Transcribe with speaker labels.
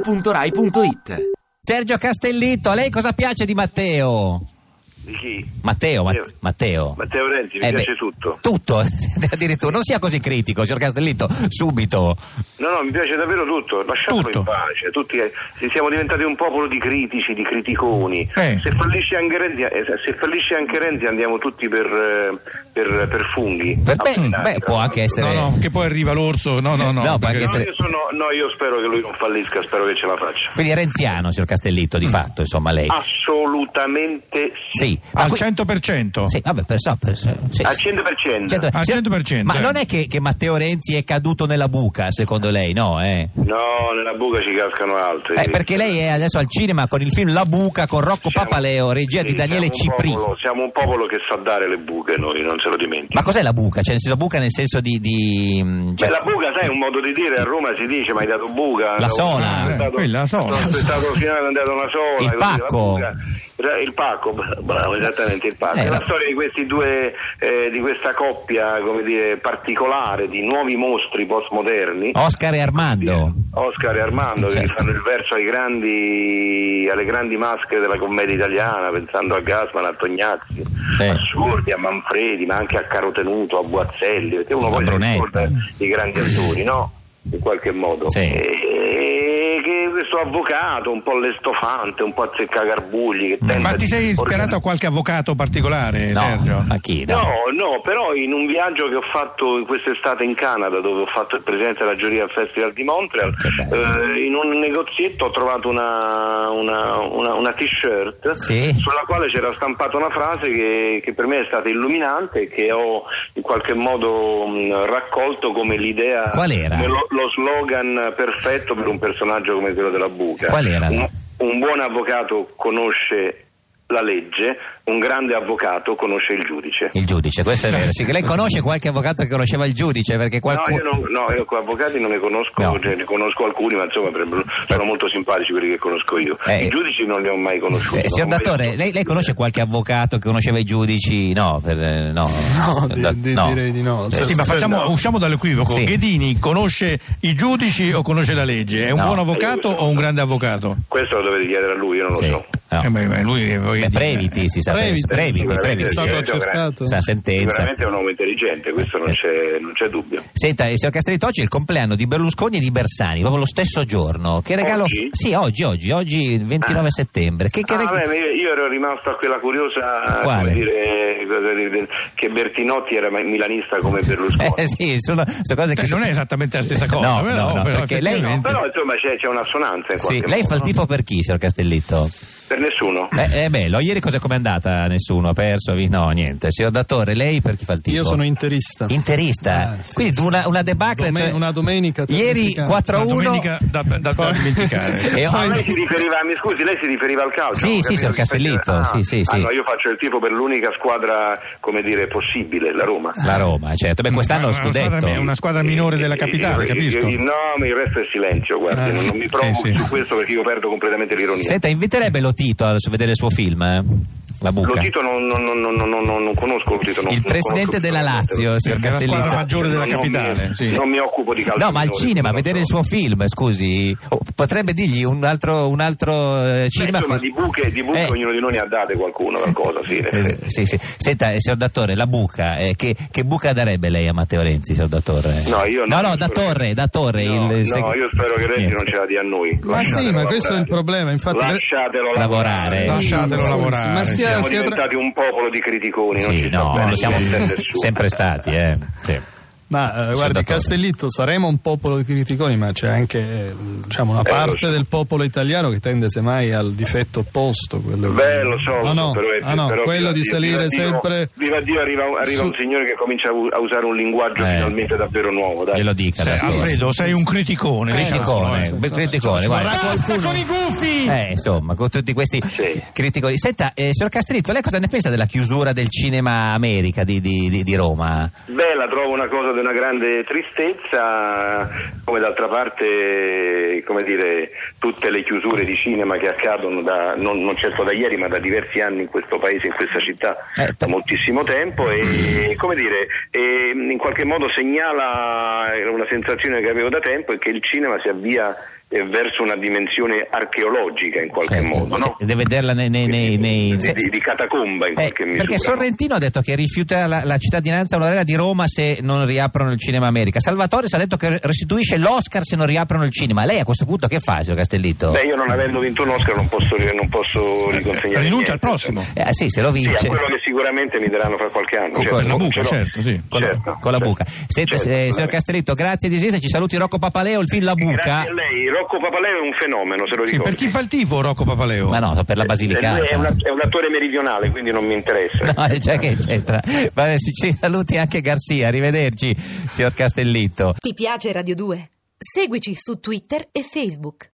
Speaker 1: radio2pod.rai.it
Speaker 2: Sergio Castellitto, a lei cosa piace di Matteo?
Speaker 3: Di chi?
Speaker 2: Matteo, Ma-
Speaker 3: Matteo.
Speaker 2: Matteo.
Speaker 3: Matteo Renzi, mi
Speaker 2: Eh
Speaker 3: piace
Speaker 2: beh,
Speaker 3: tutto.
Speaker 2: Tutto, addirittura. Non sia così critico, signor Castellitto, subito.
Speaker 3: No, no, mi piace davvero tutto, lasciatelo
Speaker 4: Tutto.
Speaker 3: in pace. Tutti, eh, se siamo diventati un popolo di critici, di criticoni.
Speaker 4: Eh.
Speaker 3: Se, fallisce anche Renzi, eh, se fallisce anche Renzi andiamo tutti per, eh, per- per funghi.
Speaker 2: Per- Eh beh,
Speaker 3: Avvelenati,
Speaker 2: beh,
Speaker 3: tra
Speaker 2: può anche
Speaker 3: l'altro.
Speaker 2: essere...
Speaker 4: No, no, che poi arriva l'orso. No, no, no.
Speaker 2: No, può
Speaker 4: perché-
Speaker 2: anche
Speaker 3: No,
Speaker 2: essere-
Speaker 3: io sono- no, io spero che lui non fallisca, spero che ce la faccia.
Speaker 2: Quindi è renziano, signor Castellitto, di fatto, insomma, lei.
Speaker 3: Ah, Assolutamente sì.
Speaker 2: Sì. Ma
Speaker 4: Al
Speaker 2: qui-
Speaker 4: 100%.
Speaker 2: Sì, vabbè, per so- per so- sì.
Speaker 3: Al 100%.
Speaker 2: Cento-
Speaker 4: Al
Speaker 2: signor-
Speaker 4: 100%,
Speaker 2: Ma
Speaker 4: eh.
Speaker 2: non è che, che Matteo Renzi è caduto nella buca, secondo lei, no? Eh?
Speaker 3: No, nella buca ci cascano altri.
Speaker 2: Eh, perché lei è adesso al cinema con il film La buca con Rocco
Speaker 3: Siamo-
Speaker 2: Papaleo, regia
Speaker 3: sì,
Speaker 2: di Daniele
Speaker 3: siamo un
Speaker 2: Cipri.
Speaker 3: popolo- siamo un popolo che sa dare le buche noi, non se lo dimentichi.
Speaker 2: Ma cos'è la buca? Cioè, nel senso buca nel senso di... di, mm,
Speaker 3: Cioè,
Speaker 2: cioè-
Speaker 3: la buca, sai, è un modo di dire, a Roma si dice, ma hai dato buca.
Speaker 2: La sola.
Speaker 3: Ho aspettato-
Speaker 4: Eh, quella, la sola.
Speaker 3: Ho aspettato il finale, hanno dato una sola.
Speaker 2: Il
Speaker 3: così, la
Speaker 2: pacco.
Speaker 3: buca. Ra- Il pacco, bra- bravo, esattamente il pacco.
Speaker 2: Eh,
Speaker 3: è la
Speaker 2: no.
Speaker 3: storia di questi due, eh, di questa coppia, come dire, particolare di nuovi mostri postmoderni.
Speaker 2: Oscar e Armando.
Speaker 3: Oscar e Armando che
Speaker 2: Certo.
Speaker 3: fanno il verso ai grandi, alle grandi maschere della commedia italiana, pensando a Gasman, a Tognazzi,
Speaker 2: Sì.
Speaker 3: a Sordi, a Manfredi, ma anche a Carotenuto, a Guazzelli, perché uno
Speaker 2: A
Speaker 3: poi si
Speaker 2: Brunetta.
Speaker 3: ricorda i grandi attori, no? In qualche modo.
Speaker 2: Sì.
Speaker 3: E che questo avvocato, un po' lestofante, un po' azzeccagarbugli
Speaker 2: Mm.
Speaker 3: che tenta
Speaker 4: Ma ti
Speaker 3: di
Speaker 4: sei ispirato
Speaker 3: organizzare-
Speaker 4: a qualche avvocato particolare, Sergio?
Speaker 2: No, a chi? No.
Speaker 3: No, no, però in un viaggio che ho fatto quest'estate in Canada, dove ho fatto il presidente della giuria al Festival di Montreal,
Speaker 2: Che bello.
Speaker 3: eh, in un negozietto ho trovato una, una- una- una t-shirt
Speaker 2: Sì.
Speaker 3: sulla quale c'era stampata una frase che, che per me è stata illuminante e che ho in qualche modo mh, raccolto come l'idea,
Speaker 2: Qual era?
Speaker 3: come Lo, lo slogan perfetto per un personaggio come quello della Buca.
Speaker 2: Qual era?
Speaker 3: Un- un buon avvocato conosce la legge, un grande avvocato conosce il giudice.
Speaker 2: Il giudice, questo è vero. Sì, lei conosce qualche avvocato che conosceva il giudice? Perché qualcuno...
Speaker 3: No, io, non, no, io con avvocati non ne conosco,
Speaker 2: No.
Speaker 3: cioè, ne conosco alcuni, ma insomma per- sono molto simpatici quelli che conosco io.
Speaker 2: Eh.
Speaker 3: I giudici non li ho mai conosciuti.
Speaker 2: Eh, signor
Speaker 3: non ho mai-
Speaker 2: Dattore, lei, lei conosce qualche avvocato che conosceva i giudici? No, per, eh, no,
Speaker 5: No, di-
Speaker 2: Da-
Speaker 5: di- direi di no.
Speaker 2: Eh,
Speaker 5: Cioè,
Speaker 4: Sì, ma facciamo- usciamo dall'equivoco.
Speaker 2: Sì.
Speaker 4: Ghedini conosce i giudici o conosce la legge? È un
Speaker 2: No.
Speaker 4: buon avvocato o un grande avvocato?
Speaker 3: Questo lo dovete chiedere a lui, io non
Speaker 2: sì,
Speaker 3: lo
Speaker 2: no.
Speaker 3: so.
Speaker 4: Eh, beh, beh, lui è voglio
Speaker 2: Beh,
Speaker 4: dire,
Speaker 2: Previti, si sa, Previti, Previti,
Speaker 5: Previti,
Speaker 3: sicuramente,
Speaker 5: È
Speaker 2: Previti.
Speaker 5: stato
Speaker 3: Sì, certo,
Speaker 5: accertato.
Speaker 2: Sa sentenza.
Speaker 3: Sicuramente è un uomo intelligente, questo
Speaker 2: Eh.
Speaker 3: non c'è, non c'è dubbio.
Speaker 2: Senta, eh, signor Castellitto, oggi è il compleanno di Berlusconi e di Bersani, proprio lo stesso giorno. Che regalo?
Speaker 3: Oggi?
Speaker 2: Sì, oggi, oggi, oggi il 29
Speaker 3: Ah.
Speaker 2: settembre. Che, che
Speaker 3: Ah,
Speaker 2: regalo?
Speaker 3: beh, ma io- io ero rimasto a quella curiosa come
Speaker 2: Quale?
Speaker 3: dire, eh, cosa dire, che Bertinotti era ma- milanista come Berlusconi.
Speaker 2: Eh, sì, sono, sono cose che...
Speaker 4: eh, non è esattamente la stessa cosa,
Speaker 2: No,
Speaker 4: però,
Speaker 2: no, no,
Speaker 4: però
Speaker 2: perché lei-
Speaker 4: effettivamente-
Speaker 3: Però insomma c'è, c'è un'assonanza in qualche
Speaker 2: Sì, lei
Speaker 3: modo,
Speaker 2: fa il
Speaker 3: no?
Speaker 2: tifo per chi, signor Castellitto?
Speaker 3: Per nessuno.
Speaker 2: Eh, eh, bello, ieri cos'è com'è andata? Nessuno ha perso? vi- No, niente. Signor Dattore, lei per chi fa il tifo?
Speaker 5: Io sono interista.
Speaker 2: Interista,
Speaker 5: Eh, sì,
Speaker 2: quindi
Speaker 5: sì.
Speaker 2: una, una debacle.
Speaker 5: Dome- una domenica
Speaker 2: Ieri
Speaker 5: terrificante.
Speaker 2: 4 a
Speaker 4: Una
Speaker 2: 1.
Speaker 4: domenica da, da- da
Speaker 5: Poi-
Speaker 4: dimenticare.
Speaker 2: E
Speaker 3: Ah,
Speaker 2: oggi-
Speaker 3: lei si riferiva, mi scusi, lei si riferiva al calcio?
Speaker 2: Sì,
Speaker 3: non ho
Speaker 2: sì,
Speaker 3: capito
Speaker 2: signor
Speaker 3: che specie-
Speaker 2: Castellitto,
Speaker 3: ah,
Speaker 2: sì, sì,
Speaker 3: ah,
Speaker 2: sì.
Speaker 3: no, io faccio il tifo per l'unica squadra, come dire, possibile, la Roma.
Speaker 2: La Roma, certo. Beh, quest'anno lo
Speaker 4: Una squadra
Speaker 2: scudetto.
Speaker 4: mi- una squadra minore della
Speaker 3: Eh,
Speaker 4: capitale,
Speaker 3: eh, eh,
Speaker 4: capisco.
Speaker 3: eh, No, ma il resto è silenzio, guarda,
Speaker 5: Eh,
Speaker 3: non, non mi provo
Speaker 4: eh, sì.
Speaker 3: su questo perché io perdo completamente l'ironia.
Speaker 2: Senta, inviterebbe lo Tito a vedere il suo film, eh? La
Speaker 3: lo
Speaker 2: buca.
Speaker 3: Tito non, non- non- non- non- non- non- non conosco lo Tito. non-
Speaker 2: Il
Speaker 3: non
Speaker 2: presidente
Speaker 3: conosco
Speaker 2: della
Speaker 3: assolutamente.
Speaker 2: Lazio, signor
Speaker 4: Della squadra
Speaker 2: Castellitto.
Speaker 4: maggiore della
Speaker 3: Non- non mi-
Speaker 4: capitale. sì.
Speaker 3: Non mi occupo di calcio.
Speaker 2: No, ma al
Speaker 3: minore,
Speaker 2: cinema,
Speaker 3: non
Speaker 2: vedere
Speaker 3: so.
Speaker 2: il suo film, scusi. Oh, potrebbe dirgli un altro, un altro eh,
Speaker 3: Beh,
Speaker 2: cinema.
Speaker 3: insomma,
Speaker 2: che-
Speaker 3: di buche, di buche
Speaker 2: Eh.
Speaker 3: ognuno di noi ne ha date qualcuno, qualcosa, sì. in
Speaker 2: Eh,
Speaker 3: effetti.
Speaker 2: sì, sì. Senta, eh, signor Dattore, la buca, eh, che, che buca darebbe lei a Matteo Renzi, signor Dattore?
Speaker 3: No, io
Speaker 2: No,
Speaker 3: no,
Speaker 2: no, da
Speaker 3: spero-
Speaker 2: Torre, da Torre.
Speaker 3: No,
Speaker 2: il
Speaker 3: no,
Speaker 2: sec-
Speaker 3: io spero che Renzi
Speaker 2: Niente.
Speaker 3: non ce la dia a noi.
Speaker 5: Ma sì, ma questo è il problema. Infatti,
Speaker 3: Lasciatelo
Speaker 2: Lavorare.
Speaker 3: lavorare.
Speaker 4: Eh, Lasciatelo
Speaker 3: eh,
Speaker 5: Sì, sì,
Speaker 4: lavorare.
Speaker 5: ma stia-
Speaker 3: Siamo
Speaker 5: Sì, tra-
Speaker 3: diventati un popolo di criticoni, non
Speaker 2: Sì,
Speaker 3: ci sta
Speaker 2: no,
Speaker 3: bene,
Speaker 2: lo siamo
Speaker 3: non c'è nessuno.
Speaker 2: sempre stati, eh. Sì.
Speaker 5: Ma eh, guardi,
Speaker 2: d'accordo.
Speaker 5: Castellitto, saremo un popolo di criticoni, ma c'è anche eh, diciamo, una
Speaker 3: Eh, lo
Speaker 5: parte
Speaker 3: so.
Speaker 5: del popolo italiano che tende semmai al difetto opposto. Quello che-
Speaker 3: Beh, lo so,
Speaker 5: Ah, no,
Speaker 3: però, è-
Speaker 5: ah, no,
Speaker 3: però
Speaker 5: quello
Speaker 3: viva
Speaker 5: di
Speaker 3: Dio, viva
Speaker 5: salire
Speaker 3: Dio,
Speaker 5: sempre.
Speaker 3: Viva Dio, arriva, arriva
Speaker 5: su-
Speaker 3: un signore che comincia a u- a usare un linguaggio
Speaker 2: Eh.
Speaker 3: finalmente davvero nuovo. Dai.
Speaker 2: Glielo dica,
Speaker 4: Eh,
Speaker 2: Dattore.
Speaker 4: Alfredo, sei un criticone. diciamolo,
Speaker 2: Criticone,
Speaker 4: eh.
Speaker 2: bel criticone, guarda.
Speaker 5: con i gufi!
Speaker 2: Eh, insomma, con tutti questi
Speaker 3: Sì.
Speaker 2: criticoni. Senta, eh, signor Castrito, lei cosa ne pensa della chiusura del cinema America di, di- di- di Roma?
Speaker 3: Beh, la trovo una cosa di una grande tristezza, come d'altra parte, come dire, tutte le chiusure di cinema che accadono da, non, non certo da ieri, ma da diversi anni in questo paese, in questa città,
Speaker 2: Eh,
Speaker 3: da
Speaker 2: per-
Speaker 3: moltissimo tempo e, come dire, e, in qualche modo segnala una sensazione che avevo da tempo, è che il cinema si avvia eh, verso una dimensione archeologica in qualche
Speaker 2: Certo,
Speaker 3: modo,
Speaker 2: sì,
Speaker 3: no?
Speaker 2: deve vederla nei, nei- nei- nei- eh,
Speaker 3: Di- di- di catacomba, in qualche misura,
Speaker 2: Perché
Speaker 3: no?
Speaker 2: Sorrentino ha detto che rifiuta la, la cittadinanza onoraria di Roma se non riaprono il Cinema America. Salvatore ha detto che restituisce l'Oscar se non riaprono il cinema. Lei a questo punto che fa, signor Castellitto?
Speaker 3: Beh, io non avendo vinto un Oscar non posso, non posso riconsegnare. niente.
Speaker 4: Rinuncia al prossimo.
Speaker 2: Eh, sì, se lo
Speaker 3: Sì,
Speaker 2: vince.
Speaker 3: a quello che sicuramente mi daranno fra qualche anno.
Speaker 2: Con-
Speaker 3: certo,
Speaker 2: con la
Speaker 3: non
Speaker 4: buca,
Speaker 3: ce l'ho.
Speaker 4: certo, sì.
Speaker 2: Con la-
Speaker 3: Certo,
Speaker 2: con la
Speaker 3: certo,
Speaker 2: buca. Senta,
Speaker 3: certo,
Speaker 2: eh, signor
Speaker 3: veramente.
Speaker 2: Castellitto, grazie di esistere. Ci saluti Rocco Papaleo, il film La Buca.
Speaker 3: Grazie a lei, Rocco Papaleo è un fenomeno, se lo
Speaker 4: Sì,
Speaker 3: ricordo.
Speaker 4: per chi fa il tifo Rocco Papaleo?
Speaker 2: Ma no, per la Basilicata.
Speaker 3: Eh, È, una- certo. è un attore meridionale, quindi non mi interessa.
Speaker 2: No, cioè che c'entra. Vabbè, ci- ci saluti anche Garzia, arrivederci, signor Castellitto.
Speaker 1: Ti piace Radio 2? Seguici su Twitter e Facebook.